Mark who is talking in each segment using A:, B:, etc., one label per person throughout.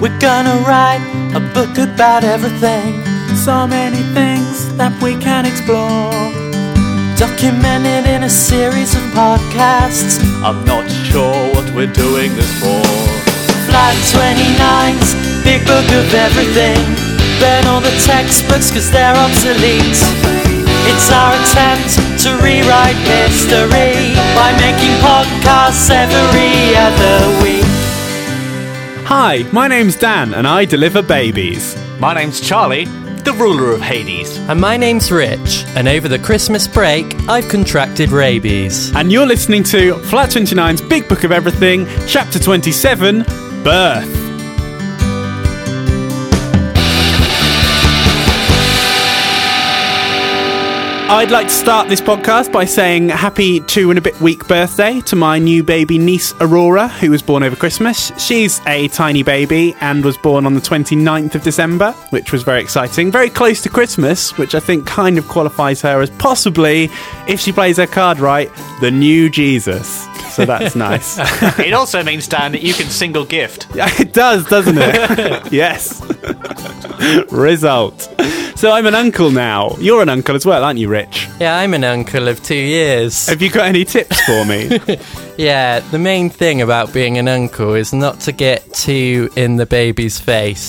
A: We're gonna write a book about everything. So many things that we can explore. Documented in a series of podcasts. I'm not sure what we're doing this for. Flight 29's big book of everything. Burn all the textbooks cause they're obsolete. It's our attempt to rewrite history by making podcasts every other week.
B: Hi, my name's Dan and I deliver babies.
C: My name's Charlie, the ruler of Hades.
D: And my name's Rich, and over the Christmas break, I've contracted rabies.
B: And you're listening to Flat 29's Big Book of Everything, Chapter 27 Birth. I'd like to start this podcast by saying happy two and a bit week birthday to my new baby niece Aurora, who was born over Christmas. She's a tiny baby and was born on the 29th of December, which was very exciting. Very close to Christmas, which I think kind of qualifies her as possibly, if she plays her card right, the new Jesus. So that's nice.
C: It also means, Dan, that you can single gift.
B: It does, doesn't it? yes. Result. So I'm an uncle now. You're an uncle as well, aren't you, Rich?
D: Yeah, I'm an uncle of two years.
B: Have you got any tips for me?
D: Yeah, the main thing about being an uncle is not to get too in the baby's face.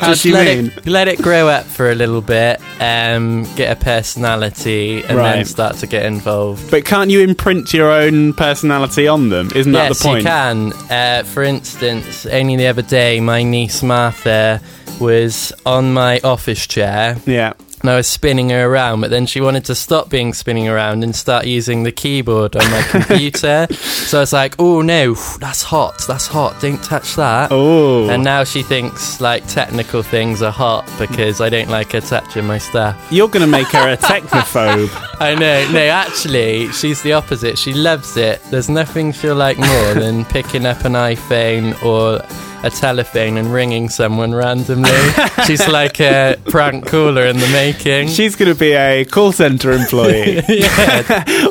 D: Just
B: do you
D: let
B: mean?
D: it let it grow up for a little bit, um, get a personality, and then
B: Right.
D: start to get involved.
B: but can't you imprint your own personality on them? Isn't that
D: yes,
B: the point?
D: you can. Uh, for instance, only the other day, my niece Martha was on my office chair
B: Yeah.
D: and I was spinning her around, but then she wanted to stop being spinning around and start using the keyboard on my computer. so I was like, oh no, that's hot, that's hot, don't touch that.
B: Oh.
D: And now she thinks like technical things are hot because I don't like her touching my stuff.
B: You're going to make her a technophobe.
D: I know, no, actually, she's the opposite. She loves it. There's nothing she'll like more than picking up an iPhone or a telephone and ringing someone randomly. she's like a prank caller in the making.
B: She's going to be a call center employee.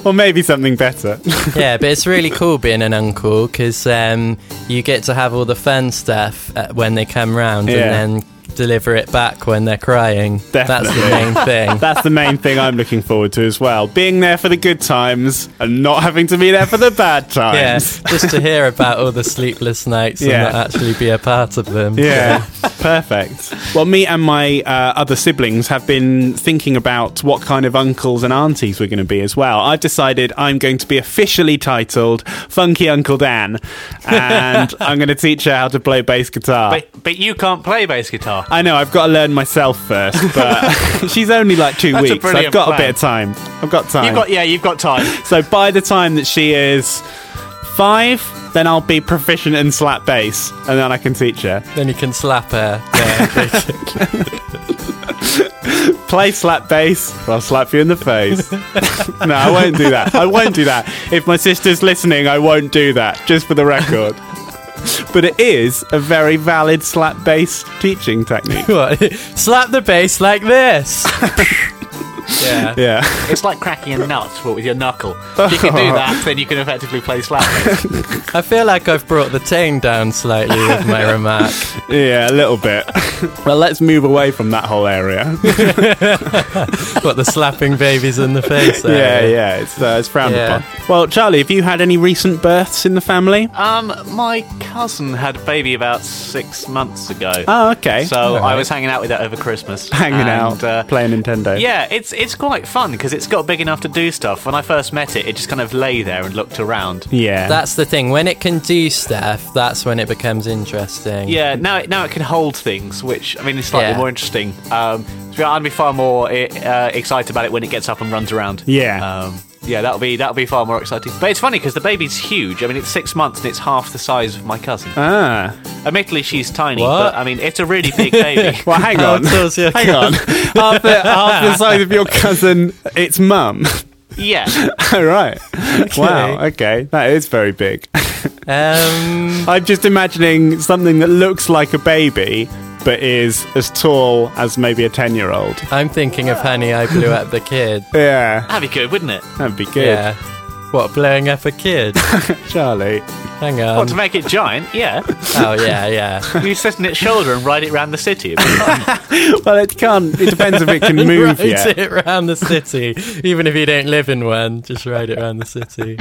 B: or maybe something better.
D: yeah, but it's really cool being an uncle because um, you get to have all the fun stuff uh, when they come round
B: Yeah.
D: and then deliver it back when they're crying. That's the
B: Definitely.
D: main thing.
B: That's the main thing I'm looking forward to as well. Being there for the good times and not having to be there for the bad
D: Yeah,
B: times.
D: just to hear about all the sleepless nights
B: Yeah.
D: and not actually be a part of them.
B: Yeah, perfect. Well, me and my uh, other siblings have been thinking about what kind of uncles and aunties we're going to be as well. I've decided I'm going to be officially titled Funky Uncle Dan, and I'm going to teach her how to play bass guitar.
C: But, but you can't play bass guitar.
B: I know I've got to learn myself first, but she's only like two
C: That's a
B: weeks. I've
C: brilliant
B: got
C: plan.
B: a bit of time. I've got time.
C: You've got, yeah, you've got time.
B: So by the time that she is five, then I'll be proficient in slap bass, and then I can teach her.
D: Then you can slap her. Yeah.
B: play slap bass or I'll slap you in the face. no, I won't do that. I won't do that. If my sister's listening, I won't do that, just for the record. But it is a very valid slap bass teaching technique.
D: What? Slap the bass like this. yeah.
B: Yeah.
C: It's like cracking a nut but with your knuckle. If you can do that, then you can effectively play slap. bass.
D: I feel like I've brought the tone down slightly with my remark.
B: Yeah, a little bit. well, let's move away from that whole area.
D: What the slapping babies in the face?
B: yeah,
D: area.
B: yeah, it's, uh, it's frowned
D: Yeah.
B: upon. Well, Charlie, have you had any recent births in the family?
C: Um, my cousin had a baby about six months ago.
B: Oh, okay.
C: So I was hanging out with her over Christmas.
B: Hanging
C: and,
B: out,
C: uh,
B: playing Nintendo.
C: Yeah, it's it's quite fun because it's got big enough to do stuff. When I first met it, it just kind of lay there and looked around.
B: Yeah.
D: That's the thing. When it can do stuff, that's when it becomes interesting.
C: Yeah, now it, now it can hold things, which I mean is slightly
D: Yeah.
C: more interesting. Um, so I'd be far more uh, excited about it when it gets up and runs around.
B: Yeah.
C: um, yeah, that'll be that'll be far more exciting. But it's funny because the baby's huge. I mean, it's six months and it's half the size of my cousin.
B: ah.
C: Admittedly, she's tiny,
D: What?
C: but I mean, it's a really big baby.
B: Well, hang on.
D: tall's your
B: hang on. half, the, half the size of your cousin, its mum.
C: yeah,
B: All Oh, right. Wow. Okay. That is very big.
D: Um,
B: I'm just imagining something that looks like a baby, but is as tall as maybe a 10 year old.
D: I'm thinking of Honey, I Blew Up the Kid.
B: Yeah.
D: Um,
C: that'd be good, wouldn't it?
B: That'd be good.
D: Yeah. What, blowing up a kid?
B: Charlie.
D: Hang on.
C: What, to make it giant? Yeah.
D: oh, yeah, yeah.
C: You sit on its shoulder and ride it round the city.
B: Well, it can't. It depends if it can move
D: Ride
B: yet.
D: it around the city. Even if you don't live in one, just ride it around the city.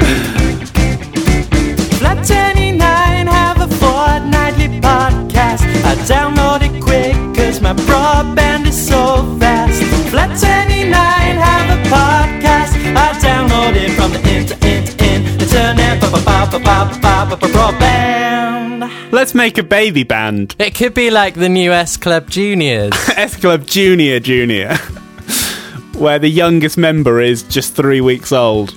A: Flat 29 have a fortnightly podcast. I download it quick cause my broadband is so fast. Flat 29 have a podcast. I download it from the end to end to end. Internet, ba ba ba ba ba ba ba ba broadband.
B: Let's make a baby band.
D: It could be like the new S Club Juniors.
B: S Club Junior Junior. Where the youngest member is just three weeks old.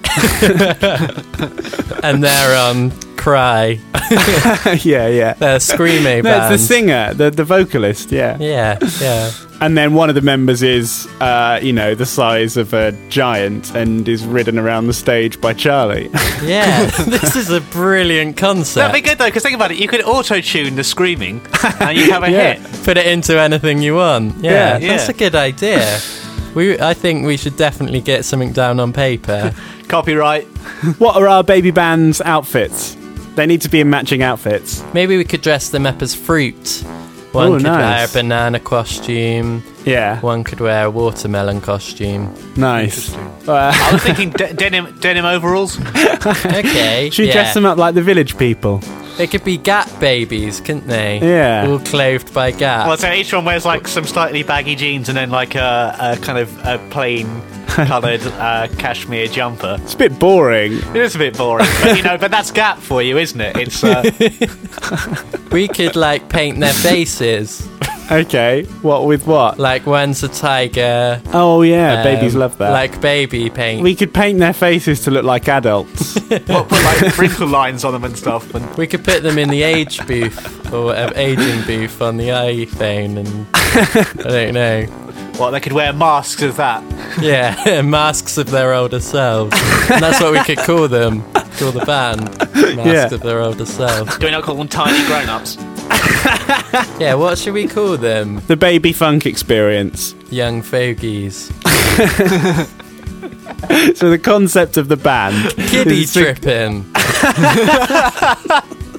D: and they're um cry.
B: yeah, yeah.
D: They're screamy
B: No,
D: band.
B: it's the singer, the, the vocalist, yeah.
D: Yeah, yeah.
B: And then one of the members is, uh, you know, the size of a giant and is ridden around the stage by Charlie.
D: Yeah. this is a brilliant
C: That'd
D: concept.
C: be good though, because think about it. You could auto tune the screaming, and you'd have a
B: Yeah.
C: hit.
D: Put it into anything you want. Yeah.
C: Yeah,
D: That's
C: yeah.
D: a good idea. We, I think we should definitely get something down on paper.
C: Copyright.
B: what are our baby band's outfits? They need to be in matching outfits.
D: Maybe we could dress them up as fruit. One
B: Ooh,
D: could
B: nice.
D: wear a banana costume.
B: Yeah,
D: One could wear a watermelon costume.
B: nice.
C: I was thinking de- denim denim overalls.
D: Okay.
B: Should we
D: yeah.
B: dress them up like the village people?
D: They could be Gap babies, couldn't they?
B: Yeah.
D: All clothed by Gap.
C: Well, so each one wears like some slightly baggy jeans and then like a, a kind of a plain coloured uh, cashmere jumper.
B: It's a bit boring.
C: It is a bit boring, but you know, but that's Gap for you, isn't it? It's uh,
D: we could like paint their faces.
B: Okay, what with what?
D: Like one's a tiger.
B: Oh yeah, babies
D: um,
B: love that.
D: Like baby paint.
B: we
D: We,
B: could paint their faces to look like adults.
C: what, put like wrinkle lines on them and stuff. And
D: could put them in the age booth or whatever, aging booth on the iPhone, and I don't know.
C: what they could wear masks of that.
D: Yeah, masks of their older selves. And that's what we could call them. Call the band masks
B: Yeah.
D: of their older selves.
C: Do we not call them tiny grown-ups?
D: Yeah, what should we call them?
B: the baby funk experience.
D: Young fogies,
B: So the concept of the band.
D: kiddie
B: is to-
D: tripping.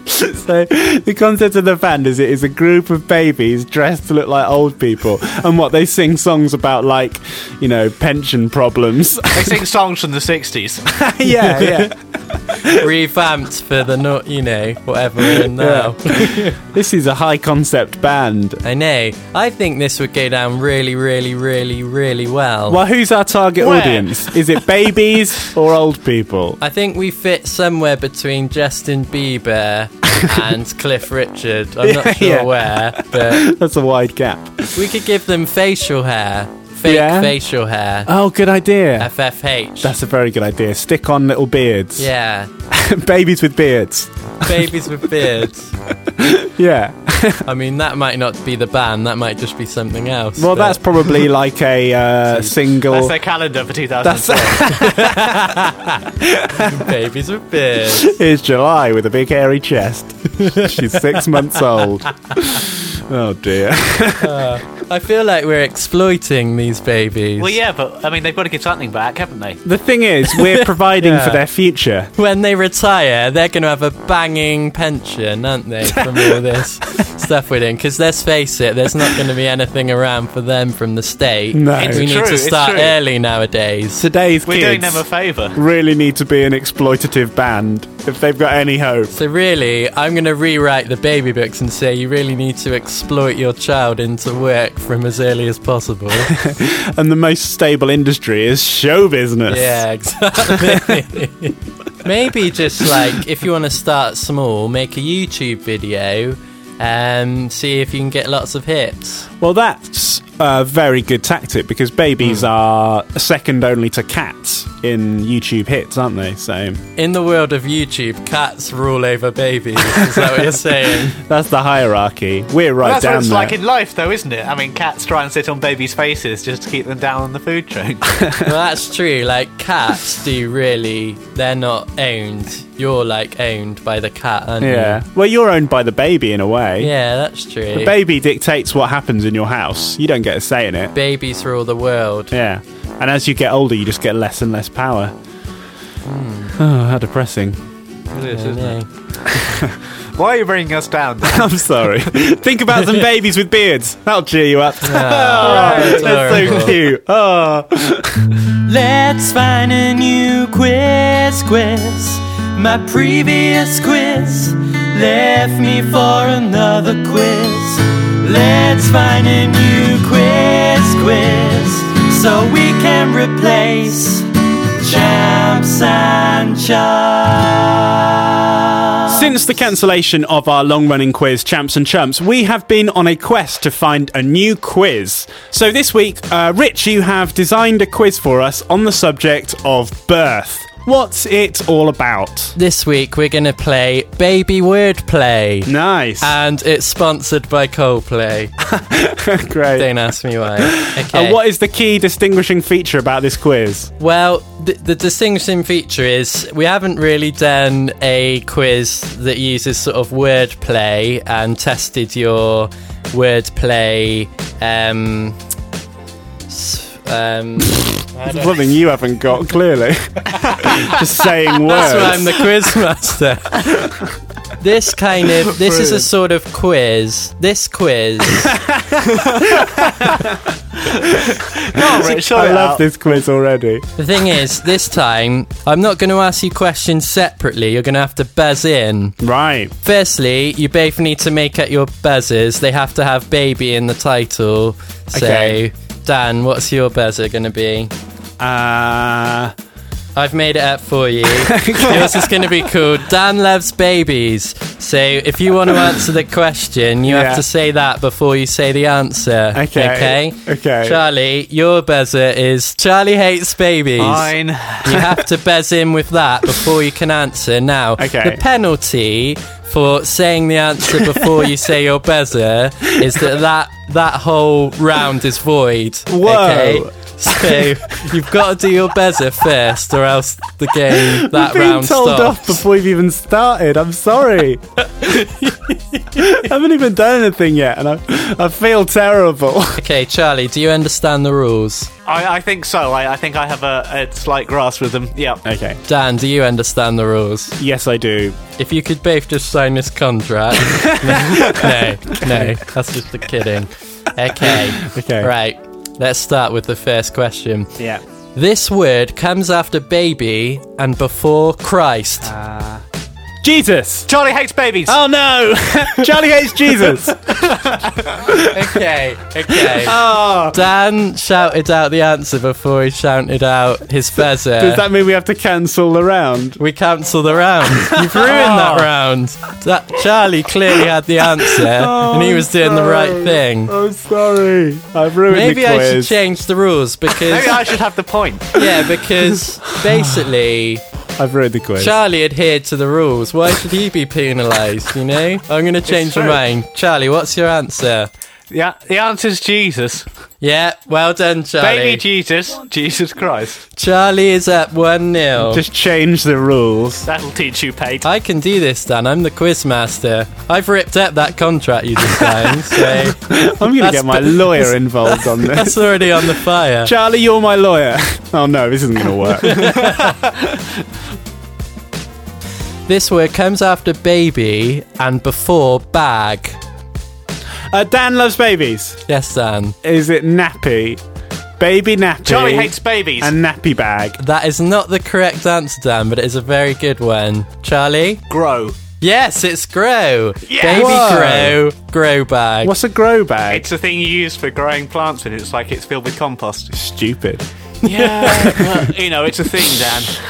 B: So the concept of the band is it is a group of babies dressed to look like old people, and what they sing songs about, like you know, pension problems.
C: They sing songs from the '60s.
B: yeah, yeah.
D: revamped for the not you know whatever we're in now.
B: This is a high concept band.
D: I know. I think this would go down really, really, really, really well.
B: Well, who's our target
C: Where?
B: audience? Is it babies or old people?
D: I think we fit somewhere between Justin Bieber and Cliff Richard. I'm
B: Yeah,
D: not sure
B: yeah.
D: where, but
B: That's a wide gap.
D: we could give them facial hair, fake
B: Yeah.
D: facial hair,
B: Oh, good idea.
D: FFH.
B: That's a very good idea. Stick on little beards.
D: yeah,
B: babies with beards.
D: babies with beards.
B: Yeah.
D: I mean, that might not be the band. That might just be something else.
B: Well,
D: but-
B: that's probably like a uh, single.
C: That's their calendar for 2000.
B: That's
D: babies with beards.
B: Here's July with a big hairy chest. She's six months old. Oh dear.
D: I feel like we're exploiting these babies.
C: well, yeah, but I mean, they've got to give something back, haven't they?
B: The thing is, we're providing
D: Yeah.
B: for their future.
D: when they retire, they're going to have a banging pension, aren't they, from all this stuff we're doing? Because let's face it, there's not going to be anything around for them from the state.
B: No.
D: we
B: It's
D: need
C: true,
D: to
C: it's
D: start
C: true.
D: early nowadays.
B: Today's
C: We're doing
B: kids
C: them a favour.
B: really need to be an exploitative band if they've got any hope.
D: So really, I'm going to rewrite the baby books and say you really need to exploit your child into work from as early as possible.
B: And the most stable industry is show business.
D: yeah, exactly. Maybe just like if you want to start small, make a YouTube video and see if you can get lots of hits.
B: Well, that's a very good tactic because babies
C: Hmm.
B: are second only to cats in YouTube hits, aren't they? So
D: In the world of YouTube, cats rule over babies. Is that what you're saying?
B: that's the hierarchy. We're right
C: That's what
B: down
C: it's
B: there.
C: like in life, though, isn't it? I mean, cats try and sit on babies' faces just to keep them down on the food chain.
D: well, that's true. Like, cats do really, they're not owned. You're like owned by the cat, aren't
B: yeah. Well, you're owned by the baby in a way.
D: you? Yeah, that's true.
B: The baby dictates what happens in your house. You don't get a say in it.
D: Babies rule the world.
B: Yeah. And as you get older, you just get less and less power. Oh, how depressing.
C: Why are you bringing us down?
B: I'm sorry. Think about some babies with beards. That'll cheer you up.
D: that's
B: That's so
D: adorable.
B: cute. Oh.
A: Let's find a new quiz, quiz. My previous quiz left me for another quiz. Let's find a new quiz, quiz, so we can replace champs and chumps.
B: Since the cancellation of our long running quiz, Champs and Chumps, we have been on a quest to find a new quiz. So this week, uh, Rich, you have designed a quiz for us on the subject of birth. What's it all about?
D: This week we're going to play Baby Wordplay.
B: Nice.
D: And it's sponsored by Coldplay.
B: Great.
D: Don't ask me why. Okay.
B: And what is the key distinguishing feature about this quiz?
D: Well, th- the distinguishing feature is we haven't really done a quiz that uses sort of wordplay and tested your wordplay. Um, s- um,
B: Something you haven't got, clearly. Just saying words.
D: That's why I'm the quiz master. this kind of this is a sort of quiz. This quiz.
B: I love this quiz already.
D: the thing is, this time I'm not going to ask you questions separately. You're going to have to buzz in.
B: Right.
D: Firstly, you both need to make up your buzzers. They have to have baby in the title. So,
B: Okay.
D: Dan, what's your buzzer going to be?
B: Uh,
D: I've made it up for you. Yours is going to be called Dan Loves Babies. So if you want to answer the question, you
B: Yeah.
D: have to say that before you say the answer.
B: Okay.
D: Okay.
B: Okay.
D: Charlie, your buzzer is Charlie hates babies.
C: Fine.
D: You have to buzz in with that before you can answer. Now,
B: Okay.
D: the penalty for saying the answer before you say your buzzer is that that, that whole round is void.
B: Whoa.
D: Okay? So you've got to do your buzzer first, or else the game
B: You've
D: that
B: been
D: round
B: told
D: stops.
B: off before you've even started. I'm sorry. I haven't even done anything yet, and I, I feel terrible.
D: Okay, Charlie, do you understand the rules?
C: I, I think so. I, I think I have a, a slight grasp with them. Yeah.
B: Okay.
D: Dan, do you understand the rules?
B: Yes, I do.
D: If you could both just sign this contract. no, no, that's just a kidding. Okay.
B: Okay.
D: Right. Let's start with the first question.
B: Yeah.
D: This word comes after baby and before Christ.
B: Jesus.
C: Charlie hates babies.
B: Oh no! Charlie hates Jesus.
D: okay, okay. Dan shouted out the answer before he shouted out his buzzer.
B: Does that mean we have to cancel the round?
D: we cancel the round. You've ruined that round. That Charlie clearly had the answer, and he was doing the right thing.
B: I'm Oh, sorry. I've ruined
D: Maybe
B: the quiz.
D: I should change the rules because
C: Maybe I should have the point.
D: yeah, because basically
B: I've ruined the quiz.
D: Charlie adhered to the rules. Why should he be penalised? You know, I'm going to change my
C: true.
D: mind. Charlie, what's your answer?
C: Yeah. The answer's Jesus.
D: Yeah, well done, Charlie.
C: Baby Jesus. Jesus Christ.
D: Charlie is at one 0
B: Just change the rules.
C: That'll teach you Pate.
D: I can do this, Dan. I'm the quiz master. I've ripped up that contract you just signed, so
B: I'm going to
D: That's
B: get my
D: b-
B: lawyer involved on this.
D: that's already on the fire.
B: Charlie, you're my lawyer. Oh no, this isn't going to work. Uh,
D: This word comes after baby and before bag.
B: Uh, Dan loves babies.
D: Yes, Dan.
B: Is it nappy? Baby nappy.
C: Charlie hates babies.
B: and nappy bag.
D: That is not the correct answer, Dan, but it is a very good one. Charlie?
C: grow.
D: Yes, it's grow.
C: Yeah.
D: Baby
B: Whoa.
D: grow, grow bag.
B: What's a grow bag?
C: It's a thing you use for growing plants, and it's like it's filled with compost.
B: stupid.
C: Yeah, but, you know, it's a thing,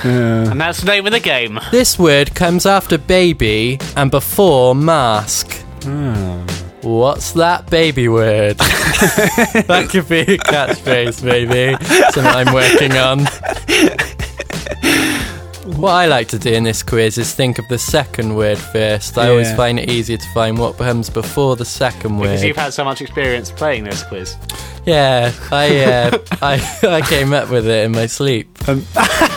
C: Dan. And that's the name of the game.
D: This word comes after baby and before mask.
B: Hmm.
D: What's that baby word? that could be a catchphrase, maybe. Something I'm working on. What I like to do in this quiz is think of the second word first. I always
B: Yeah.
D: find it easier to find what comes before the second word.
C: Because you've had so much experience playing this quiz.
D: Yeah, I, uh, I I came up with it in my sleep.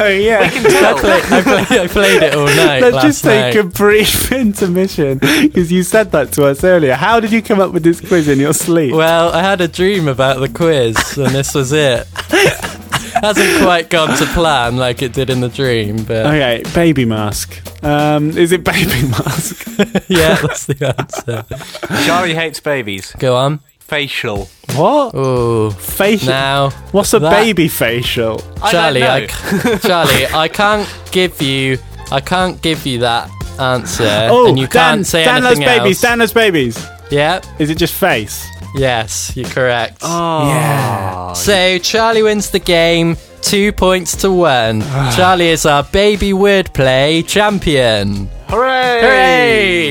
B: Oh yeah.
D: I, play, I, play, I played it all night.
B: Let's
D: last
B: just take a
D: night.
B: brief intermission because you said that to us earlier. How did you come up with this quiz in your sleep?
D: Well, I had a dream about the quiz, and this was it. hasn't quite gone to plan like it did in the dream, but
B: Okay, baby mask. Um, is it baby mask?
D: yeah, that's the answer.
C: Shari hates babies.
D: Go on.
C: Facial.
B: What?
D: Ooh,
B: Facial?
D: now
B: What's a
D: that-
B: baby facial?
C: I don't
D: Charlie, I
C: know.
D: c- Charlie, I can't give you, I can't give you that answer,
B: Oh,
D: and you
B: Dan,
D: can't say
B: Dan loves
D: anything
B: babies.
D: else.
B: Dan loves babies.
D: yeah,
B: Is it just face?
D: yes, you're correct.
B: Oh. Yeah.
D: So Charlie wins the game, two points to one. Charlie is our baby wordplay champion.
C: Hooray!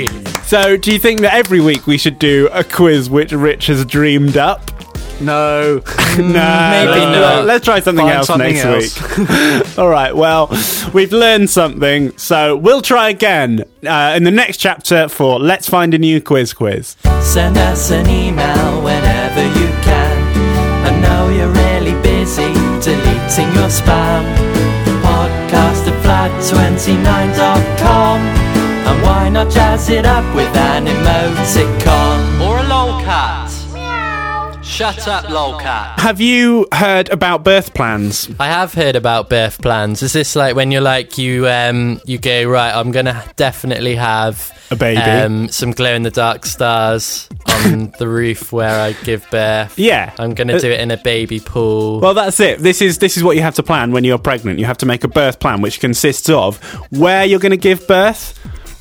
D: Hooray!
B: So, do you think that every week we should do a quiz which Rich has dreamed up?
C: No.
B: No,
D: maybe
B: let's,
D: not.
B: Let's try something
C: Find
B: else
C: something
B: next
C: else.
B: week. All right. Well, we've learned something, so we'll try again uh, in the next chapter for Let's Find a New Quiz Quiz.
A: Send us an email whenever you can. I know you're really busy deleting your spam. Podcast at flat29.com. And why not jazz it up with an emoticon?
D: Or a lolcat. Shut up, lolcat.
B: Have you heard about birth plans?
D: I have heard about birth plans. Is this like when you're like you um you go right? I'm gonna definitely have
B: A baby.
D: Um, some glow in the dark stars on the roof where I give birth.
B: Yeah. Uh,
D: I'm gonna do it in a baby pool.
B: Well, that's it. This is this is what you have to plan when you're pregnant. You have to make a birth plan, which consists of where you're going to give birth.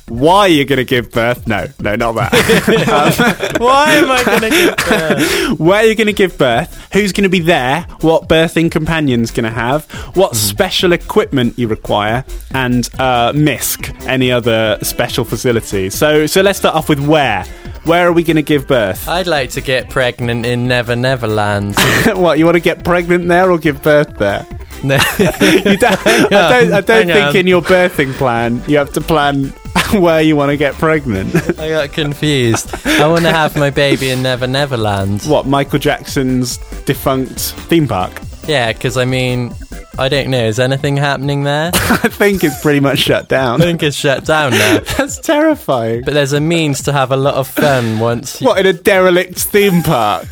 B: Why you're going to give birth? No, no, not that. Um,
D: Why am I gonna give birth?
B: where you're going to give birth, who's going to be there, what birthing companion's going to have, what special equipment you require, and uh, MISC, any other special facility. So, so let's start off with where. Where are we going to give birth?
D: I'd like to get pregnant in Never Neverland.
B: what you want to get pregnant there or give birth there?
D: No.
B: You don't, I don't, I don't
D: hang
B: think
D: on.
B: in your birthing plan you have to plan where you want to get pregnant.
D: I got confused. I want to have my baby in Never Neverland.
B: what Michael Jackson's defunct theme park?
D: Yeah, because I mean, I don't know. Is anything happening there? I
B: I think it's pretty much shut down.
D: think it's shut down now.
B: That's terrifying.
D: But there's a means to have a lot of fun once. You-
B: What in a derelict theme park?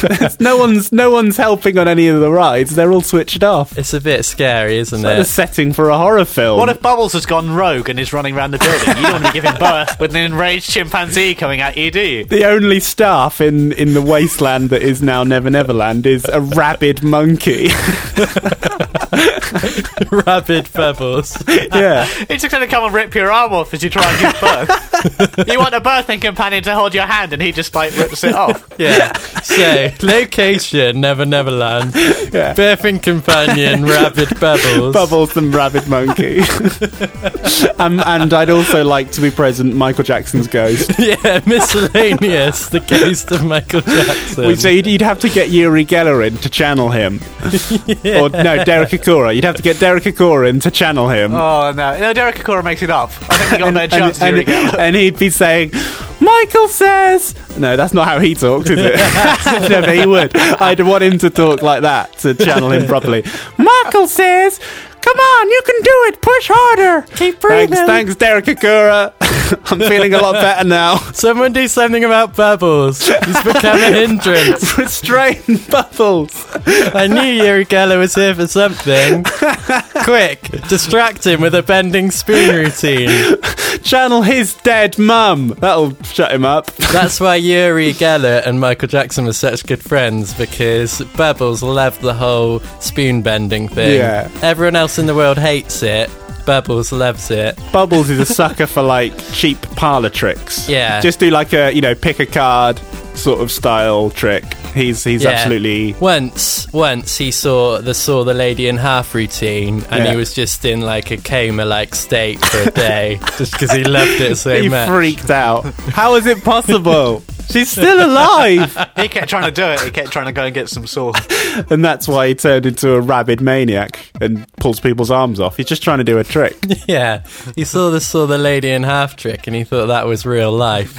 B: no one's no one's helping on any of the rides. They're all switched off.
D: It's a bit scary, isn't
B: Like the
D: it?
B: setting for a horror film.
C: What if Bubbles has gone rogue and is running around the building? You don't want to give him birth with an enraged chimpanzee coming at you, do you?
B: the only staff in, in the wasteland that is now Never Neverland is a rabid monkey.
D: Rabid bubbles.
B: yeah.
C: He's just going to come and rip your arm off as you try and give birth. you want a birthing companion to hold your hand, and he just like rips it off.
D: Yeah. So, location, Never Neverland.
B: Yeah.
D: Birthing companion, Rabid Bubbles.
B: Bubbles and Rabid Monkey. um, and I'd also like to be present Michael Jackson's ghost.
D: Yeah, miscellaneous, the ghost of Michael Jackson.
B: So you'd, you'd have to get Yuri Geller in to channel him. Or no, Derek Akora. You'd have to get Derek Akora in to channel him.
C: Oh no! No, Derek Akora makes it up. I think he got no chance.
B: and,
C: here again.
B: and he'd be saying, Michael says. No, that's not how he talked, is it? no, but he would. I'd want him to talk like that to channel him properly. Michael says, Come on, you can do it. Push harder. Keep breathing. Thanks, thanks Derek Akura. I'm feeling a lot better now.
D: Someone do something about Bubbles. He's become a hindrance.
B: Restrain bubbles.
D: I knew Yuri Geller was here for something. Quick, distract him with a bending spoon routine.
B: Channel his dead mum. That'll shut him up.
D: That's why Yuri Geller and Michael Jackson were such good friends because Bubbles loved the whole spoon bending thing.
B: Yeah.
D: Everyone else in the world hates it. Bubbles loves it.
B: Bubbles is a sucker for like cheap parlor tricks.
D: Yeah.
B: Just do like a you know pick a card sort of style trick. He's he's
D: Yeah.
B: absolutely
D: Once, once he saw the saw the lady in half routine, and
B: Yeah.
D: he was just in like a coma like state for a day, just because he loved it so
B: he
D: much.
B: freaked out. How is it possible? She's still alive,
C: he kept trying to do it. He kept trying to go and get some sauce.
B: and that's why he turned into a rabid maniac and pulls people's arms off. He's just trying to do a trick.
D: Yeah, he saw the saw the lady in half trick, and he thought that was real life.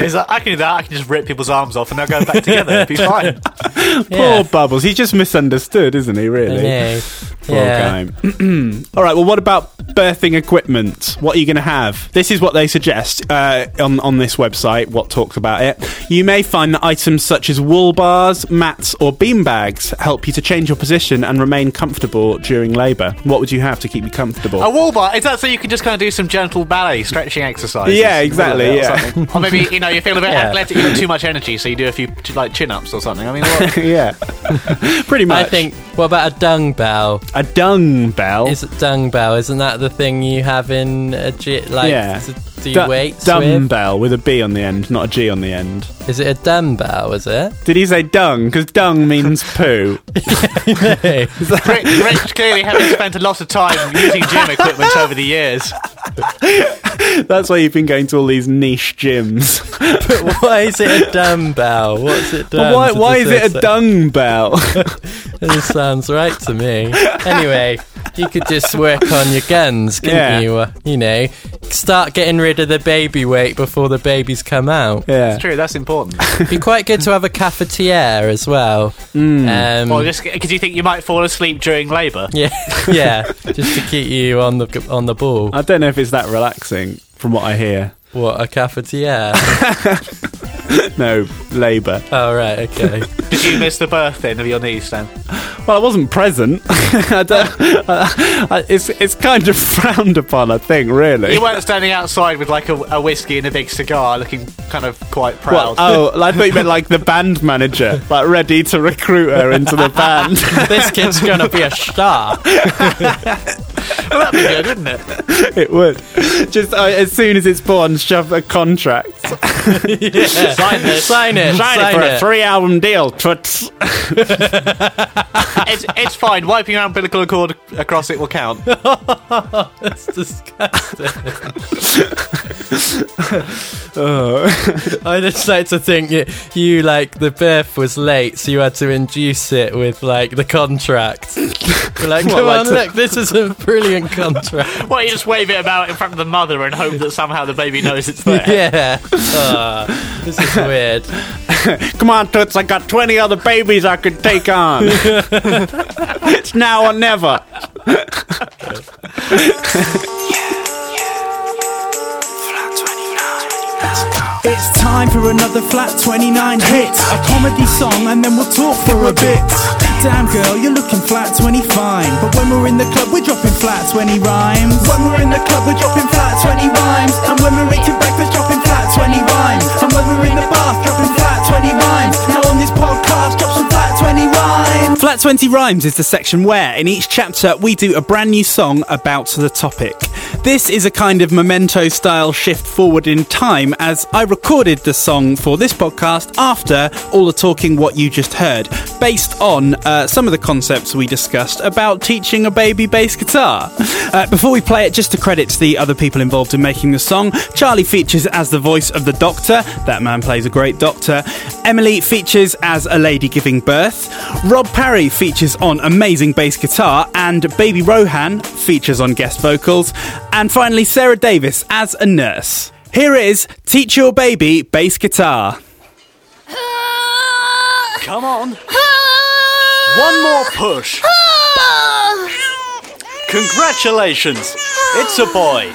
C: He's like, I can do that. I can just rip people's arms off, and they'll go back together. It'll be fine.
D: Yeah.
B: Poor Bubbles. He's just misunderstood, isn't he? Really.
D: I know.
B: full
D: Yeah.
B: game. All right. Well, what about birthing equipment? What are you going to have? This is what they suggest uh, on on this website. What talks about it? You may find that items such as wool bars, mats, or bean bags help you to change your position and remain comfortable during labour. What would you have to keep you comfortable?
C: A wall bar? Is that so you can just kind of do some gentle ballet stretching exercises?
B: Yeah, exactly,
C: Or
B: yeah.
C: something. Or maybe you know you feel a bit
D: Yeah.
C: athletic, you have too much energy, so you do a few t- like chin ups or something. I mean, what?
B: yeah, pretty
D: I
B: much.
D: think. What about a dung bell?
B: a dung bell.
D: Is it dung bell? Isn't that the thing you have in a G, like
B: Yeah.
D: to do
B: Du-
D: weights with?
B: dumbbell with a B on the end, not a G on the end.
D: Is it a dumbbell? Is it?
B: Did he say dung? Because dung means poo.
D: Hey.
C: Rick, Rick clearly having spent a lot of time using gym equipment over the years.
B: That's why you've been going to all these niche gyms.
D: why is it a dumbbell? What's it done?
B: But why,
D: to
B: why is it a
D: deserve-
B: dung bell?
D: This sounds right to me. Anyway, you could just work on your guns, couldn't
B: Yeah.
D: you? Uh, You know, start getting rid of the baby weight before the babies come out.
B: yeah.
C: It's true, that's important.
D: It'd be quite good to have a cafetiere as well.
B: Mm.
D: Um,
C: Well, just because you think you might fall asleep during labour.
D: yeah, yeah, just to keep you on the on the ball.
B: I don't know if it's that relaxing from what I hear.
D: What a cafetiere!
B: No, labour.
D: All right, okay.
C: Did you miss the birth then of your niece, Stan?
B: Well, I wasn't present. I don't, I- I- it's, it's kind of frowned upon, I think, really.
C: You weren't standing outside with like a, a whiskey and a big cigar, looking kind of quite
B: Well,
C: proud.
B: oh, I thought you meant like the band manager, like ready to recruit her into the band.
D: this kid's gonna be a star.
C: that'd be good, wouldn't it?
B: it would. Just uh, as soon as it's born, shove a contract.
C: Sign this.
D: Sign it,
B: Sign it for a three album deal. Toots.
C: It's, it's fine. Wiping your umbilical cord across it will count.
D: That's disgusting. Oh. I just like to think you, you like the birth was late, so you had to induce it with like the contract. You're like, come
B: like
D: on,
B: to-
D: look, this is a brilliant contract.
C: Well, you just wave it about in front of the mother and hope that somehow the baby knows it's there.
D: yeah, Ah, this is weird.
B: Come on, Toots, I got 20 other babies I could take on. it's now or never.
E: It's time for another Flat 29 hit. A comedy song, and then we'll talk for a bit. Damn girl, you're looking flat 20 fine. But when we're in the club, we're dropping flat 20 rhymes. When we're in the club, we're dropping flat 20 rhymes. And when we're eating breakfast, dropping flat 20 rhymes. And when we're in the bath, dropping flat 20 rhymes. Now on this podcast, drop some flat 20 rhymes.
B: Flat 20 Rhymes is the section where, in each chapter, we do a brand new song about the topic. This is a kind of memento style shift forward in time as I recorded the song for this podcast after all the talking what you just heard, based on uh, some of the concepts we discussed about teaching a baby bass guitar. Uh, before we play it, just to credit the other people involved in making the song, Charlie features as the voice of the doctor. That man plays a great doctor. Emily features as a lady giving birth. Rob Parry features on amazing bass guitar. And Baby Rohan features on guest vocals. And finally, Sarah Davis as a nurse. Here is Teach Your Baby Bass Guitar.
C: Come on. One more push. Congratulations. It's a boy.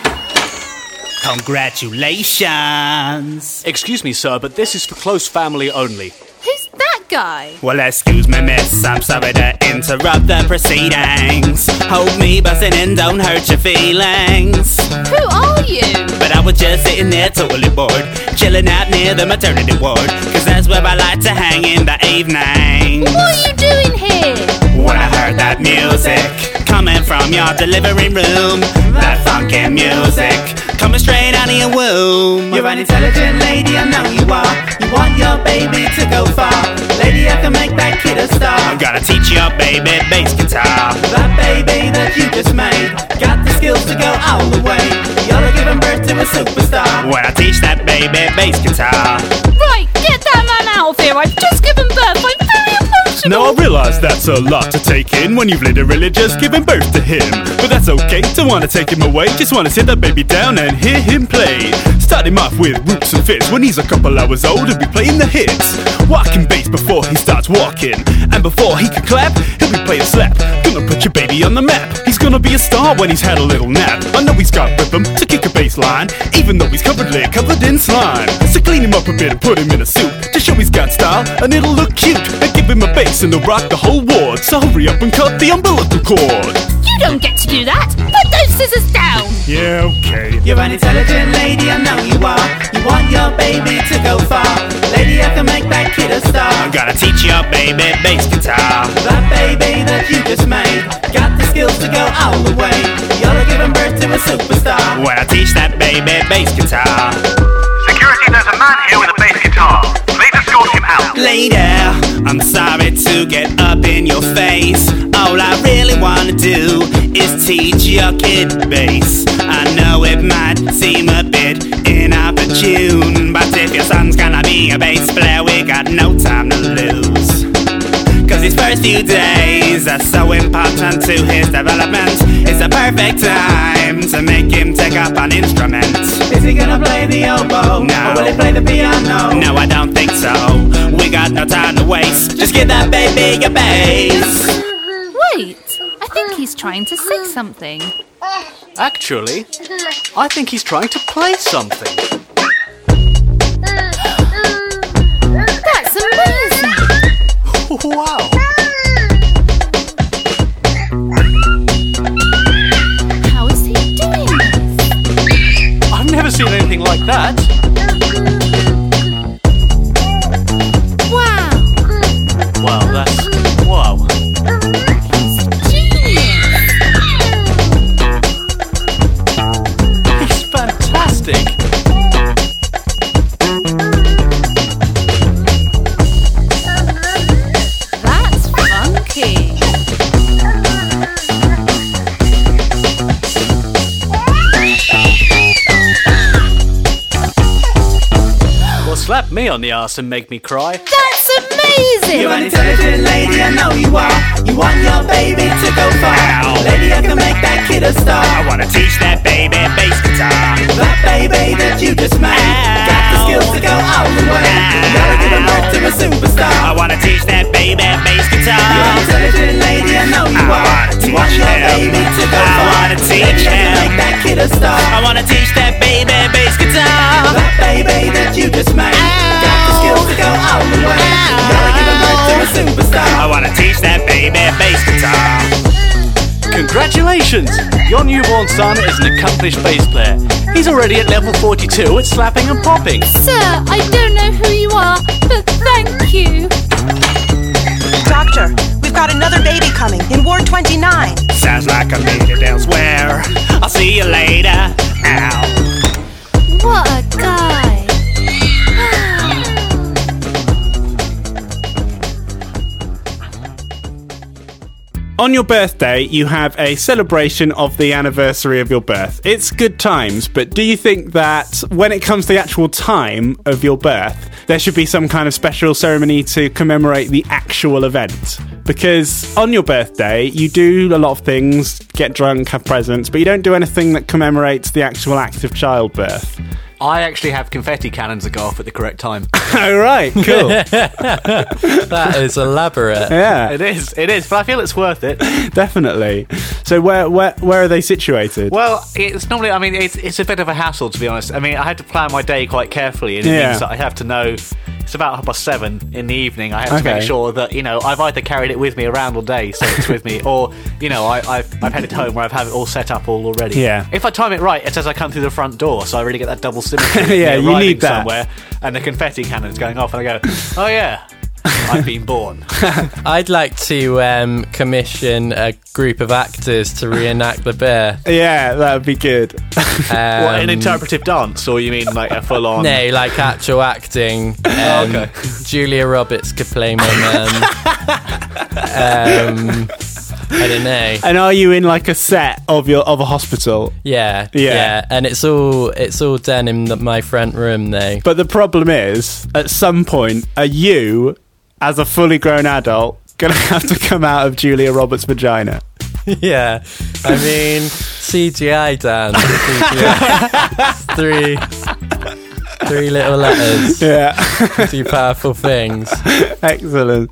B: Congratulations.
C: Excuse me, sir, but this is for close family only.
F: Who's that guy?
E: Well, excuse me, miss, I'm sorry to interrupt the proceedings. Hold me buzzing in, don't hurt your feelings.
F: Who are you?
E: But I was just sitting there totally bored, chilling out near the maternity ward, cause that's where I like to hang in the evening.
F: What are you doing here?
E: When I heard that music coming from your delivery room, that funky music coming straight out of your womb. You're an intelligent lady, I know you are. You want your baby to go far, lady. I can make that kid a star. I'm gonna teach your baby bass guitar. That baby that you just made got the skills to go all the way. Y'all are giving birth to a superstar. When I teach that baby bass guitar.
F: Right, get that man out of here. I've just given birth. I'm very emotional.
G: Now I realize that's a lot to take in when you've literally just given birth to him. But that's okay, don't wanna take him away, just wanna sit that baby down and hear him play. Start him off with whoops and fits. When he's a couple hours old, he'll be playing the hits. Walking bass before he starts walking. And
E: before he could clap, he'll be playing slap. Gonna put your baby on the map. He's gonna be a star when he's had a little nap. I know he's got rhythm to kick a baseline, even though he's covered lead, covered in slime. So clean him up a bit and put him in a suit to show he's got style, and it'll look cute. And give him a bass and he'll rock the whole ward. So hurry up and cut the umbilical cord.
F: You don't get to do that. Put those scissors down.
E: Yeah, okay.
H: You're an intelligent lady, I know you are. You want your baby to go far. Lady, I can make that kid a star.
E: Gotta teach your baby bass guitar.
H: That baby that you just made got the skills to go all the way. You're giving birth to a superstar.
E: When I teach that baby bass guitar.
I: Security, there's a man here with a bass guitar. Please escort him out.
H: Lady, I'm sorry to get up in your face. All I really wanna do is teach your kid bass. I know it might seem a bit inopportune, but if your son's gonna be a bass player, we got no time to lose. Cause these first few days are so important to his development. It's the perfect time to make him take up an instrument. Is he gonna play the oboe? No. Or will he play the piano? No, I don't think so. We got no time to waste. Just give that baby a bass.
F: Wait, I think he's trying to say something.
C: Actually, I think he's trying to play something.
F: That's amazing.
C: Wow.
F: How is he doing this?
C: I've never seen anything like that.
F: Wow,
C: Wow, that's. Wow.
F: genius.
C: He's fantastic.
F: That's funky.
C: Well, slap me on the arse and make me cry.
F: That's amazing.
H: You're an intelligent lady, I know you are. You want your baby to go far. Lady, I can make that kid a star. I wanna teach that baby bass guitar. That baby that you just made got the skills to go all the way. Gotta give him birth to a superstar. I wanna teach that baby bass guitar. You're an intelligent lady, I know you are. You want your baby to go far. I wanna teach Lady, I can make that kid a star. I wanna teach that baby bass guitar. That baby that you just made got the skills to go all the way. Gotta give him birth to a superstar. I wanna teach that baby bass guitar.
C: Congratulations! Your newborn son is an accomplished bass player. He's already at level 42 at slapping and popping.
F: Sir, I don't know who you are, but thank you.
J: Doctor, we've got another baby coming in Ward 29.
E: Sounds like I made it elsewhere.
H: I'll see you later. Ow.
F: What a guy.
B: On your birthday, you have a celebration of the anniversary of your birth. It's good times, but do you think that when it comes to the actual time of your birth, there should be some kind of special ceremony to commemorate the actual event? Because on your birthday, you do a lot of things, get drunk, have presents, but you don't do anything that commemorates the actual act of childbirth.
C: I actually have confetti cannons that go off at the correct time.
B: All right, cool.
D: That is elaborate.
B: yeah,
C: it is, it is, but I feel it's worth it.
B: definitely. So where where where are they situated?
C: Well, it's normally, I mean, it's, it's a bit of a hassle, to be honest. I mean, I had to plan my day quite carefully, and it
B: Yeah.
C: means that I have to know it's about half past seven in the evening. I have to
B: Okay.
C: make sure that, you know, I've either carried it with me around all day, so it's with me, or, you know, I, I've, I've headed home where I've had it all set up all already.
B: Yeah.
C: If I time it right, it's as I come through the front door, so I really get that double symmetry. of me
B: Yeah, you
C: arriving
B: need that.
C: Somewhere, and the confetti cannon's going off, and I go, oh, yeah. I've been born.
D: I'd like to um, commission a group of actors to reenact the bear. Um,
B: yeah, that would be good.
C: what,
B: Um,
C: an interpretive dance, or you mean like a full on?
D: No, like actual acting. Um,
C: okay.
D: Julia Roberts could play my mum. um, I don't know.
B: And are you in like a set of your of a hospital?
D: Yeah,
B: Yeah.
D: yeah, and it's all it's all done in the, my front room though.
B: But the problem is, at some point, are you, as a fully grown adult, gonna have to come out of Julia Roberts' vagina?
D: yeah, I mean CGI Dan, CGI. three. Three little letters
B: Yeah.
D: do powerful things.
B: Excellent.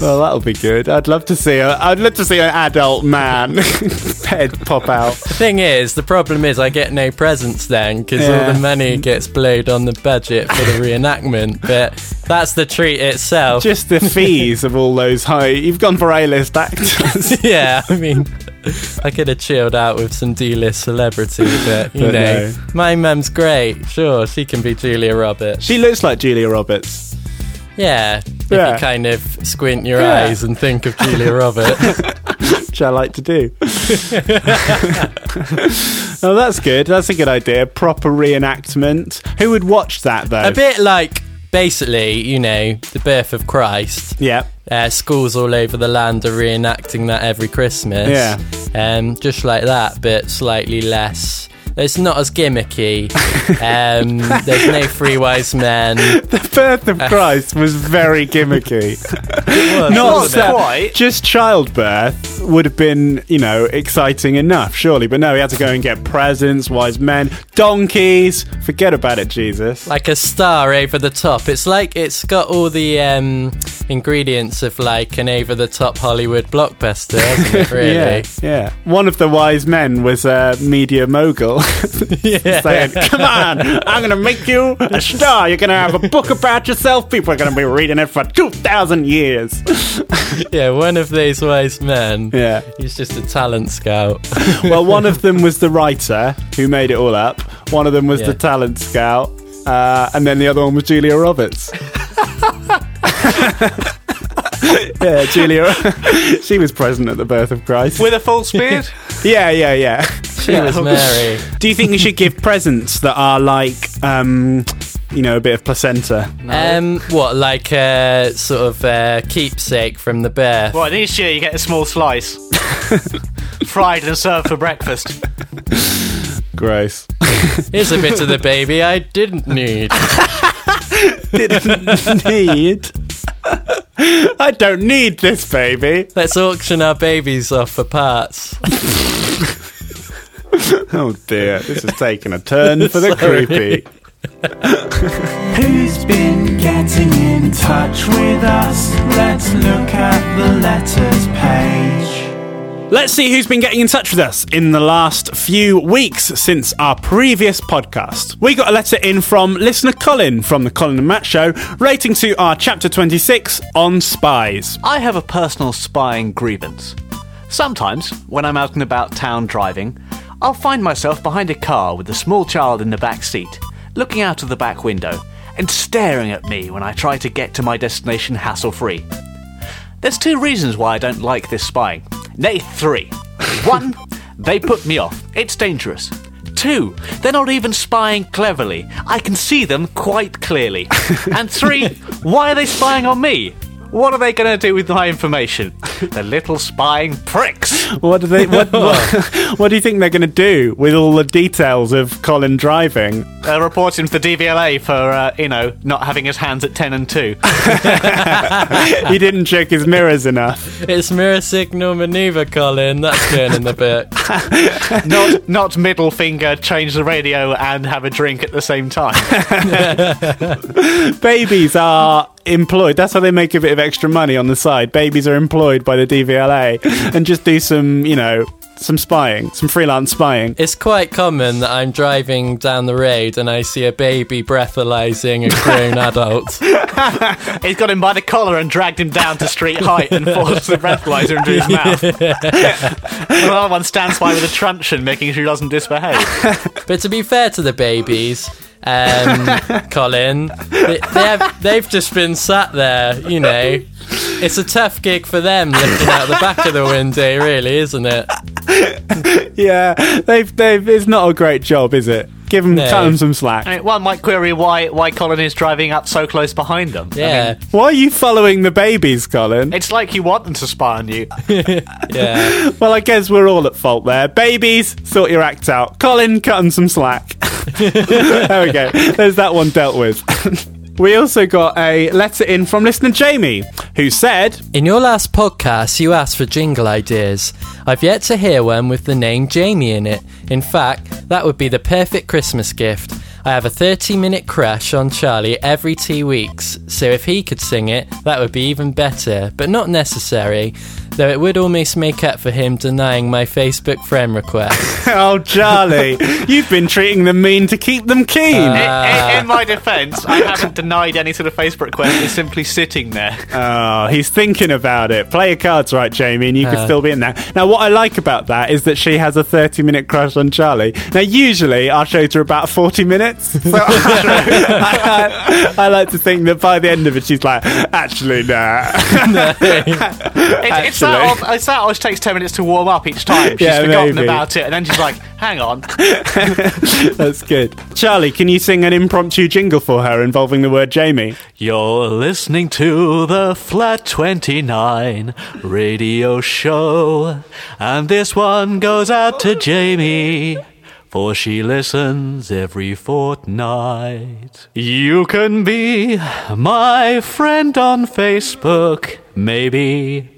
B: Well, that'll be good. I'd love to see a, I'd love to see an adult man head pop out.
D: Thing is, the problem is I get no presents then because
B: Yeah.
D: all the money gets blowed on the budget for the reenactment. But that's the treat itself.
B: Just the fees of all those high. You've gone for A-list actors.
D: yeah, I mean, I could have chilled out with some D-list celebrity, but you
B: But
D: know,
B: no.
D: my mum's great. Sure, she can be Julia Roberts.
B: she looks like Julia Roberts.
D: Yeah, if
B: Yeah.
D: you kind of squint your
B: Yeah.
D: eyes and think of Julia Roberts.
B: which I like to do. oh, that's good. That's a good idea. Proper reenactment. Who would watch that though?
D: a bit like, basically, you know, the birth of Christ.
B: Yeah.
D: Uh, schools all over the land are reenacting that every Christmas.
B: Yeah.
D: Um, just like that, but slightly less. It's not as gimmicky. um, there's no three wise men.
B: The birth of Christ was very gimmicky. Not
D: wasn't it?
B: so-
C: quite.
B: Just childbirth would have been, you know, exciting enough, surely. But no, he had to go and get presents, wise men, donkeys. Forget about it, Jesus.
D: like a star over the top. It's like it's got all the um, ingredients of like an over the top Hollywood blockbuster, hasn't it? Really?
B: Yeah, yeah. One of the wise men was a media mogul saying, Come on, I'm going to make you a star. You're going to have a book about yourself. People are going to be reading it for 2,000 years.
D: yeah. One of these wise men.
B: Yeah.
D: He's just a talent scout.
B: Well, one of them was the writer who made it all up, one of them was the
D: Yeah.
B: talent scout, uh, and then the other one was Julia Roberts. yeah, Julia. she was present at the birth of Christ.
C: With a false beard?
B: yeah, yeah, yeah.
D: She was Mary.
B: Do you think we should give presents that are like, um, you know, a bit of placenta?
D: Um, what like a sort of uh, keepsake from the birth?
C: Right, each year you get a small slice. Fried and served for breakfast.
B: Gross.
D: Here's a bit of the baby I didn't need.
B: Didn't need. I don't need this baby.
D: Let's auction our babies off for parts.
B: Oh dear, this is taking a turn for the creepy.
A: Who's been getting in touch with us? Let's look at the letters page.
B: Let's see who's been getting in touch with us in the last few weeks since our previous podcast. We got a letter in from listener Colin from the Colin and Matt Show, rating to our chapter 26 on spies.
C: I have a personal spying grievance. Sometimes, when I'm out and about town driving, I'll find myself behind a car with a small child in the back seat, looking out of the back window and staring at me when I try to get to my destination hassle free. There's two reasons why I don't like this spying. Nay, three. One, they put me off. It's dangerous. Two, they're not even spying cleverly. I can see them quite clearly. And three, why are they spying on me? What are they going to do with my information? The little spying pricks.
B: What do they? What, what, what do you think they're going to do with all the details of Colin driving?
C: They're reporting to the DVLA for, uh, you know, not having his hands at 10 and 2.
B: He didn't check his mirrors enough.
D: It's mirror signal maneuver, Colin. That's going in the book.
C: not, not middle finger, change the radio, and have a drink at the same time.
B: Babies are employed. That's how they make a bit of extra money on the side. Babies are employed by the DVLA and just do some, you know, some spying, some freelance spying.
D: It's quite common that I'm driving down the road and I see a baby breathalyzing a grown adult.
C: He's got him by the collar and dragged him down to street height and forced the breathalyzer into his mouth. Another one stands by with a truncheon, making sure he doesn't disbehave.
D: But to be fair to the babies, um, Colin, they, they have, they've just been sat there, you know. It's a tough gig for them looking out the back of the window, really, isn't it?
B: Yeah, they've, they've, it's not a great job, is it? Give them,
D: No.
B: cut 'em some slack.
C: I mean, one might query why why Colin is driving up so close behind them. I mean,
D: Yeah,
B: Why are you following the babies, Colin?
C: it's like you want them to spy on you.
D: yeah.
B: Well, I guess we're all at fault there. Babies, sort your act out. Colin, cut 'em some slack. there we go. There's that one dealt with. we also got a letter in from listener Jamie, who said,
D: In your last podcast, you asked for jingle ideas. I've yet to hear one with the name Jamie in it. In fact, that would be the perfect Christmas gift. I have a 30 minute crush on Charlie every two weeks, so if he could sing it, that would be even better, but not necessary, though it would almost make up for him denying my Facebook friend request.
B: Oh, Charlie, you've been treating them mean to keep them keen.
C: Uh,
B: Ah.
C: in, in my defence, I haven't denied any sort of Facebook request. It's simply sitting there.
B: Oh, he's thinking about it. Play your cards right, Jamie, and you could still be in there. Now, what I like about that is that she has a 30 minute crush on Charlie. Now, usually our shows are about 40 minutes. So I, I like to think that by the end of it, she's like, actually, nah.
C: It, it's, that
B: Actually.
C: old, it's that always takes 10 minutes to warm up each time. She's
B: Yeah,
C: forgotten
B: maybe.
C: about it, and then she's like, hang on.
B: That's good. Charlie, can you sing an impromptu jingle for her involving the word Jamie?
C: You're listening to the Flat 29 radio show, and this one goes out to Jamie, for she listens every fortnight. You can be my friend on Facebook, maybe.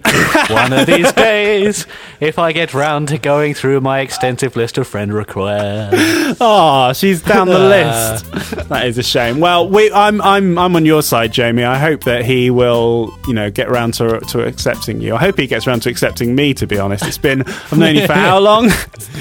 C: one of these days, if I get round to going through my extensive list of friend requests.
B: Oh, she's down the list. That is a shame. Well, we, I'm, I'm, I'm on your side, Jamie. I hope that he will, you know, get round to, to accepting you. I hope he gets round to accepting me. To be honest, it's been I've known you for how long?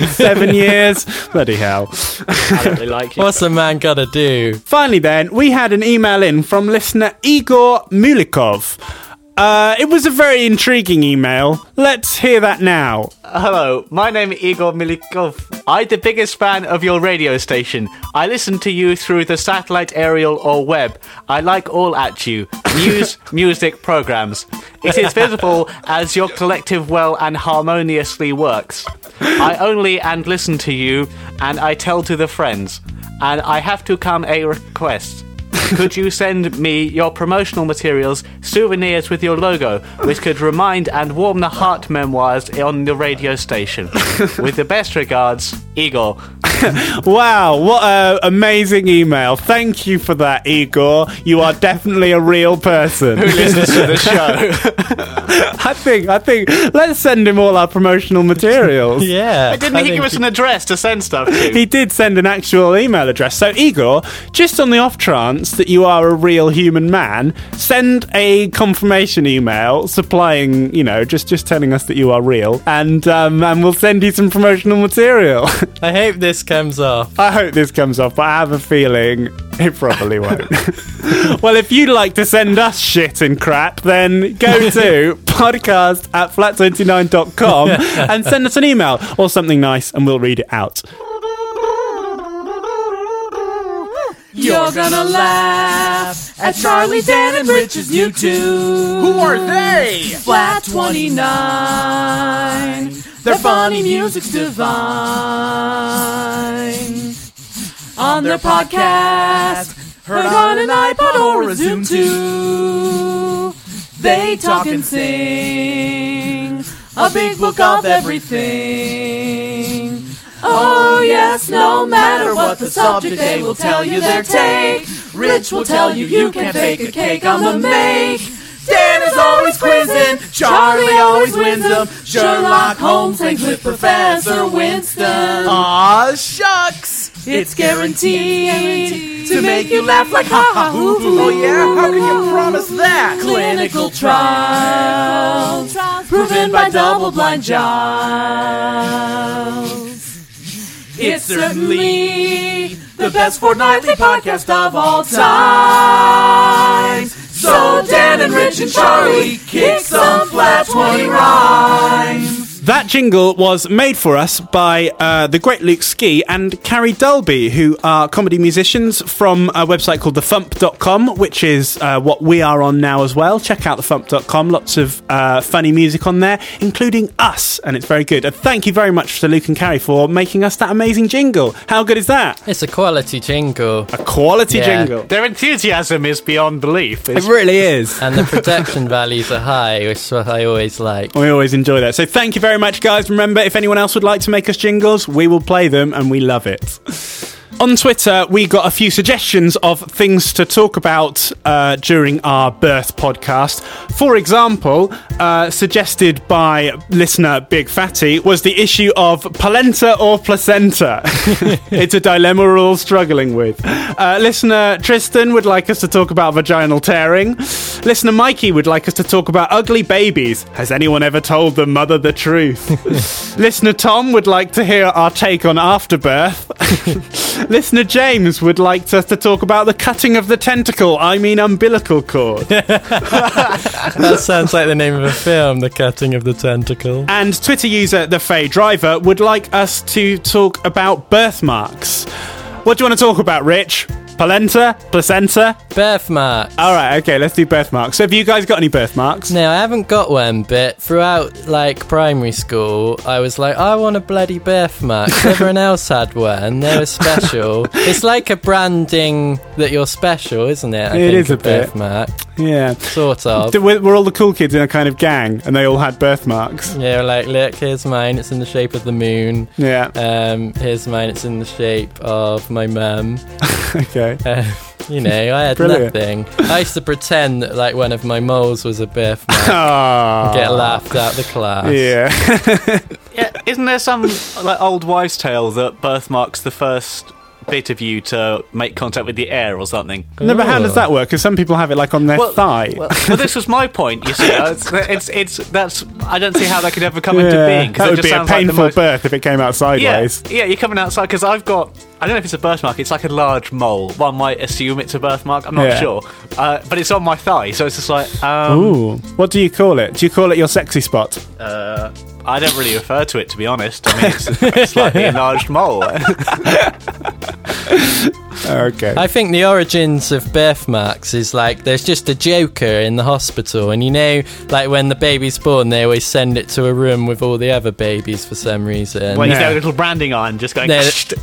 B: Seven years. Bloody hell!
C: I don't really like you.
D: What's a man gotta do?
B: Finally, then we had an email in from listener Igor Mulikov. Uh, it was a very intriguing email. Let's hear that now.
C: Hello, my name is Igor Milikov. I'm the biggest fan of your radio station. I listen to you through the satellite, aerial, or web. I like all at you news, music, programs. It is visible as your collective well and harmoniously works. I only and listen to you, and I tell to the friends. And I have to come a request. Could you send me your promotional materials, souvenirs with your logo, which could remind and warm the heart memoirs on the radio station? With the best regards, Igor.
B: Wow, what an amazing email. Thank you for that, Igor. You are definitely a real person. Who listens to the show? I think, I think, let's send him all our promotional materials.
D: Yeah.
C: Didn't he give us an address to send stuff to?
B: He did send an actual email address. So, Igor, just on the off chance that you are a real human man, send a confirmation email supplying, you know, just just telling us that you are real, and um, and we'll send you some promotional material.
D: I hope this comes off.
B: I hope this comes off, but I have a feeling it probably won't. well, if you'd like to send us shit and crap, then go to podcast at flat29.com and send us an email or something nice and we'll read it out.
F: You're gonna laugh at Charlie Dan and Rich's new tune. Who are they? Flat 29. Their funny music's divine. On their podcast, heard on an iPod or a Zoom too. They talk and sing a big book of everything. Oh yes, no matter what the subject, they will tell you their take. Rich will tell you you can bake a cake on the make. Dan is always quizzing, Charlie always wins them. Sherlock Holmes hangs with Professor Winston. Aw, shucks! It's guaranteed to make you laugh like ha ha hoo hoo. Oh yeah, how can you promise that? Clinical trials, proven by double-blind jobs. It's certainly the best fortnightly podcast of all time. So Dan and Rich and Charlie kick some flat 20 rhymes.
B: That jingle was made for us by uh, the great Luke Ski and Carrie Dalby, who are comedy musicians from a website called thefump.com, which is uh, what we are on now as well. Check out thefump.com, lots of uh, funny music on there, including us, and it's very good. And thank you very much to Luke and Carrie for making us that amazing jingle. How good is that?
D: It's a quality jingle.
B: A quality
D: Yeah.
B: jingle.
C: Their enthusiasm is beyond belief.
B: It
C: It's-
B: really is.
D: And the production values are high, which is what I always like.
B: We always enjoy that. So thank you very much, guys. Remember, if anyone else would like to make us jingles, we will play them and we love it. On Twitter, we got a few suggestions of things to talk about uh, during our birth podcast. For example, uh, suggested by listener Big Fatty was the issue of polenta or placenta. it's a dilemma we're all struggling with. Uh, listener Tristan would like us to talk about vaginal tearing. Listener Mikey would like us to talk about ugly babies. Has anyone ever told the mother the truth? listener Tom would like to hear our take on afterbirth. Listener James would like us to talk about the cutting of the tentacle, I mean umbilical cord.
D: That sounds like the name of a film, The Cutting of the Tentacle.
B: and Twitter user The Fay Driver would like us to talk about birthmarks. What do you want to talk about, Rich? Polenta? Placenta?
D: Birthmark.
B: All right, okay, let's do birthmarks. So have you guys got any birthmarks?
D: Now I haven't got one, but throughout like primary school, I was like, I want a bloody birthmark. Everyone else had one; they were special. it's like a branding that you're special, isn't it? I
B: It is a bit.
D: birthmark,
B: Yeah.
D: sort of.
B: D- We're we're all the cool kids in a kind of gang, and they all had birthmarks.
D: yeah, like look, here's mine. It's in the shape of the moon.
B: Yeah,
D: Um, here's mine. It's in the shape of my mum.
B: okay.
D: Uh, you know, I had
B: Brilliant.
D: nothing. I used to pretend that like one of my moles was a birthmark.
B: Ah.
D: Get laughed out of the class.
B: Yeah.
C: Yeah, isn't there some like old wives' tale that birthmarks the first bit of you to make contact with the air or something?
B: No, but how does that work? Because some people have it like on their thigh.
C: Well, well, this was my point. You see, it's, it's it's that's I don't see how that could ever come into being. 'cause
B: that
C: it
B: would
C: just
B: be a
C: sounds like the
B: painful
C: most-
B: birth if it came out
C: Yeah,
B: sideways.
C: yeah, you're coming outside because I've got. I don't know if it's a birthmark. It's like a large mole. One might assume it's a birthmark. I'm not
B: Yeah.
C: sure, uh, but it's on my thigh, so it's just like um,
B: Ooh, what do you call it? Do you call it your sexy spot?
C: uh, I don't really refer to it to be honest. I mean, it's a slightly enlarged mole.
B: Okay.
D: I think the origins of birthmarks is like there's just a joker in the hospital, and you know, like when the baby's born, they always send it to a room with all the other babies for some reason.
C: When you
B: Yeah.
C: get a little branding iron, just going.
D: There-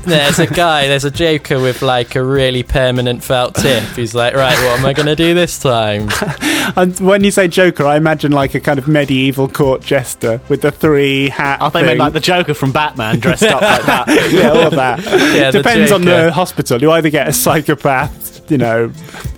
D: there's a guy, there's a joker with like a really permanent felt tip. He's like, right, what am I going to do this time?
B: and when you say Joker, I imagine like a kind of medieval court jester with the three hat.
C: I think they
B: thing.
C: meant like the Joker from Batman dressed up like that.
B: yeah, all that.
D: Yeah, the
B: Depends on the
D: Joker.
B: hospital. You either get a psychopath, you know,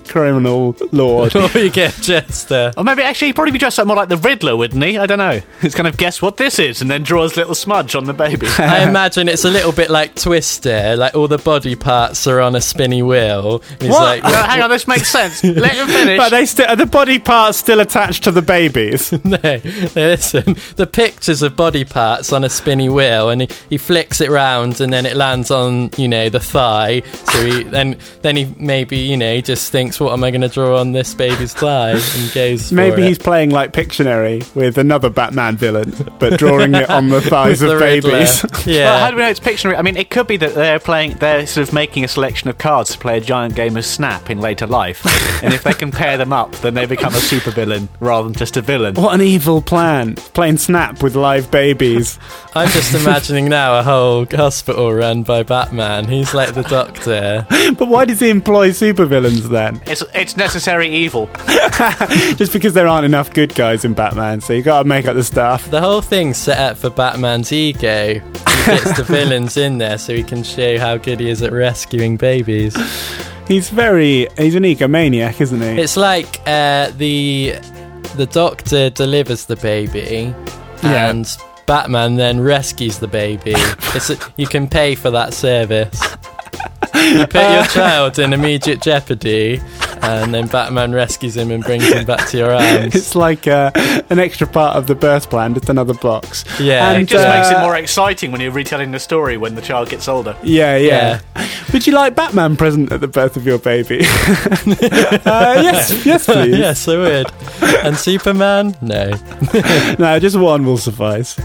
B: criminal lord.
D: Or you get Jester.
C: Or maybe actually he'd probably be dressed up more like the Riddler, wouldn't he? I don't know. It's kind of guess what this is and then draws a little smudge on the baby.
D: I imagine it's a little bit like Twister, like all the body parts are on a spinny wheel. He's like,
C: what? No, hang on, this makes sense. Let him finish.
B: But they still are the body parts still attached to the babies.
D: No, no, listen. The pictures of body parts on a spinny wheel, and he, he flicks it round, and then it lands on you know the thigh. So he then then he maybe you know just thinks, what am I going to draw on this baby's thigh? And goes. for
B: Maybe
D: it.
B: he's playing like Pictionary with another Batman villain, but drawing it on the thighs
D: The
B: of
D: Riddler.
B: babies.
D: Yeah.
C: Well, how do we know it's Pictionary? I mean, it could be that they're playing, they're sort of making a selection of cards to play a giant game of Snap in later life. and if they can pair them up, then they become a supervillain rather than just a villain.
B: what an evil plan! Playing Snap with live babies.
D: I'm just imagining now a whole hospital run by Batman. He's like the doctor.
B: But why does he employ supervillains then?
C: It's, it's necessary evil.
B: Just because there aren't enough good guys in Batman, so you gotta make up the stuff.
D: The whole thing's set up for Batman's ego. He gets the villains in there so he can show how good he is at rescuing babies.
B: He's very he's an egomaniac, isn't he?
D: It's like uh, the the doctor delivers the baby,
B: Yeah.
D: and Batman then rescues the baby. it's a, you can pay for that service. You put your child in immediate jeopardy, and then Batman rescues him and brings him back to your arms.
B: It's like uh, an extra part of the birth plan, just another box.
D: Yeah.
B: And,
D: It
C: Just
B: uh,
C: makes it more exciting when you're retelling the story when the child gets older.
B: Yeah, yeah. Would you like Batman present at the birth of your baby? uh, yes, yes, please.
D: yes, I would. And Superman? No.
B: No, just one will suffice.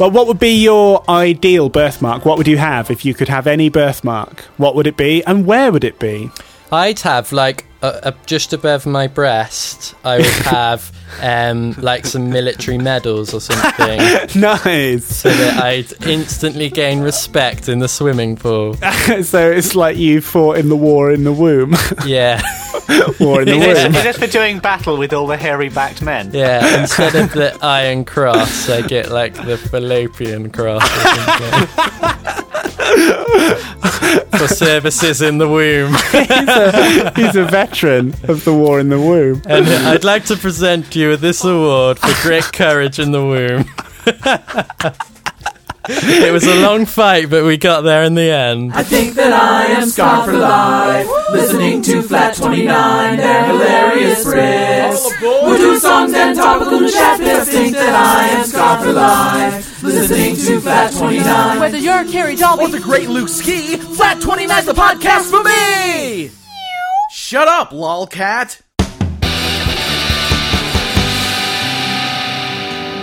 B: well, what would be your ideal birthmark? What would you have if you could have any birthmark? What would it be, and where would it be?
D: I'd have like a, a, just above my breast. I would have um, like some military medals or something.
B: Nice.
D: so that I'd instantly gain respect in the swimming pool.
B: so it's like you fought in the war in the womb.
D: Yeah,
B: war in the
C: Is
B: womb.
C: this, is this for doing battle with all the hairy backed men?
D: yeah. Instead of the Iron Cross, I get like the Fallopian Cross. Or something. for services in the womb.
B: He's a veteran of the war in the womb.
D: And I'd like to present you with this award for great courage in the womb. it was a long fight, but we got there in the end.
F: I think that I am scarred for life. Listening to Flat 29, their hilarious riffs. Voodoo songs and topical chat bits. Think that I am scarred for life. Listening to Flat 29. Whether you're Carrie Dolby or the great Luke Ski, Flat 29's the podcast for me!
K: Shut up, lolcat.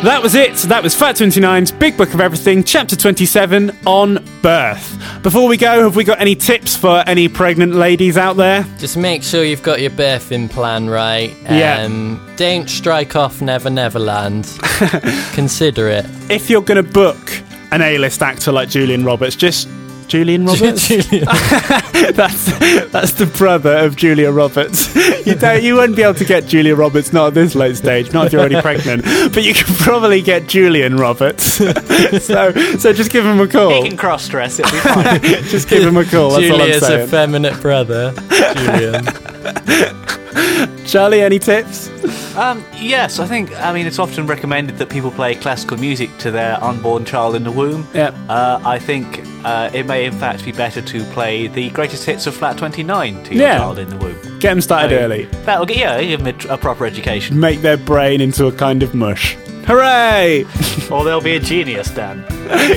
B: That was it. That was Fat 29's Big Book of Everything, Chapter 27 on birth. Before we go, have we got any tips for any pregnant ladies out there?
D: Just make sure you've got your birthing plan right.
B: Yeah.
D: Um, Don't strike off Never Neverland. Consider it.
B: If you're going to book an A list actor like Julian Roberts, just. Julian Roberts? that's that's the brother of Julia Roberts. You don't you wouldn't be able to get Julia Roberts not at this late stage, not if you're already pregnant. But you could probably get Julian Roberts. so so just give him a
C: He
B: call.
C: can cross dress, it'll be fine.
B: Just give him a call. That's all I'm
D: Julia's
B: saying.
D: effeminate brother. Julian.
B: Charlie, any tips?
C: um, yes, I think, I mean, it's often recommended that people play classical music to their unborn child in the womb.
B: Yeah.
C: Uh, I think uh, it may, in fact, be better to play the greatest hits of Flat 29 to your
B: Yeah.
C: child in the womb.
B: Get them started early.
C: That'll get, yeah, give them a, a proper education.
B: Make their brain into a kind of mush. Hooray!
C: or they'll be a genius, Dan.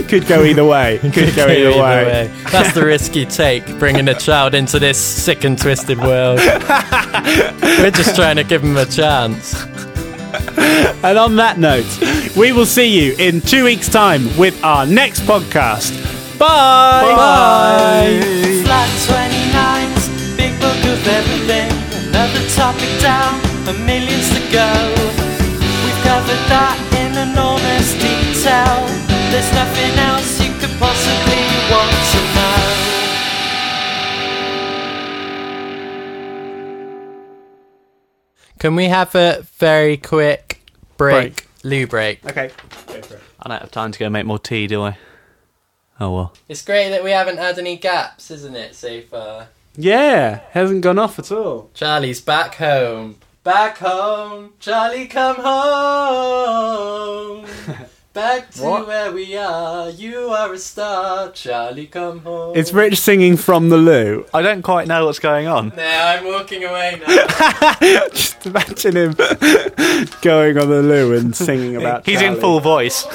B: Could go either way. Could go either,
D: Either
B: way.
D: way. That's the risky take, bringing a child into this sick and twisted world. We're just trying to give him a chance.
B: And on that note, we will see you in two weeks' time with our next podcast. Bye. Bye.
A: Flat 29's big book of everything. Another topic down, a millions to go. We've covered that in enormous detail. There's nothing else you could possibly want to know.
D: Can we have a very quick break? Loo break.
B: Okay.
C: I don't have time to go make more tea, do I? Oh well.
D: It's great that we haven't had any gaps, isn't it, so far?
B: Yeah, hasn't gone off at all.
D: Charlie's back home. Back home. Charlie, come home. Back to where we are. You are a star. Charlie, come home.
B: It's Rich singing from the loo.
C: I don't quite know what's going on.
D: now I'm walking away now.
B: Just imagine him going on the loo and singing about.
C: He's
B: Charlie.
C: in full voice.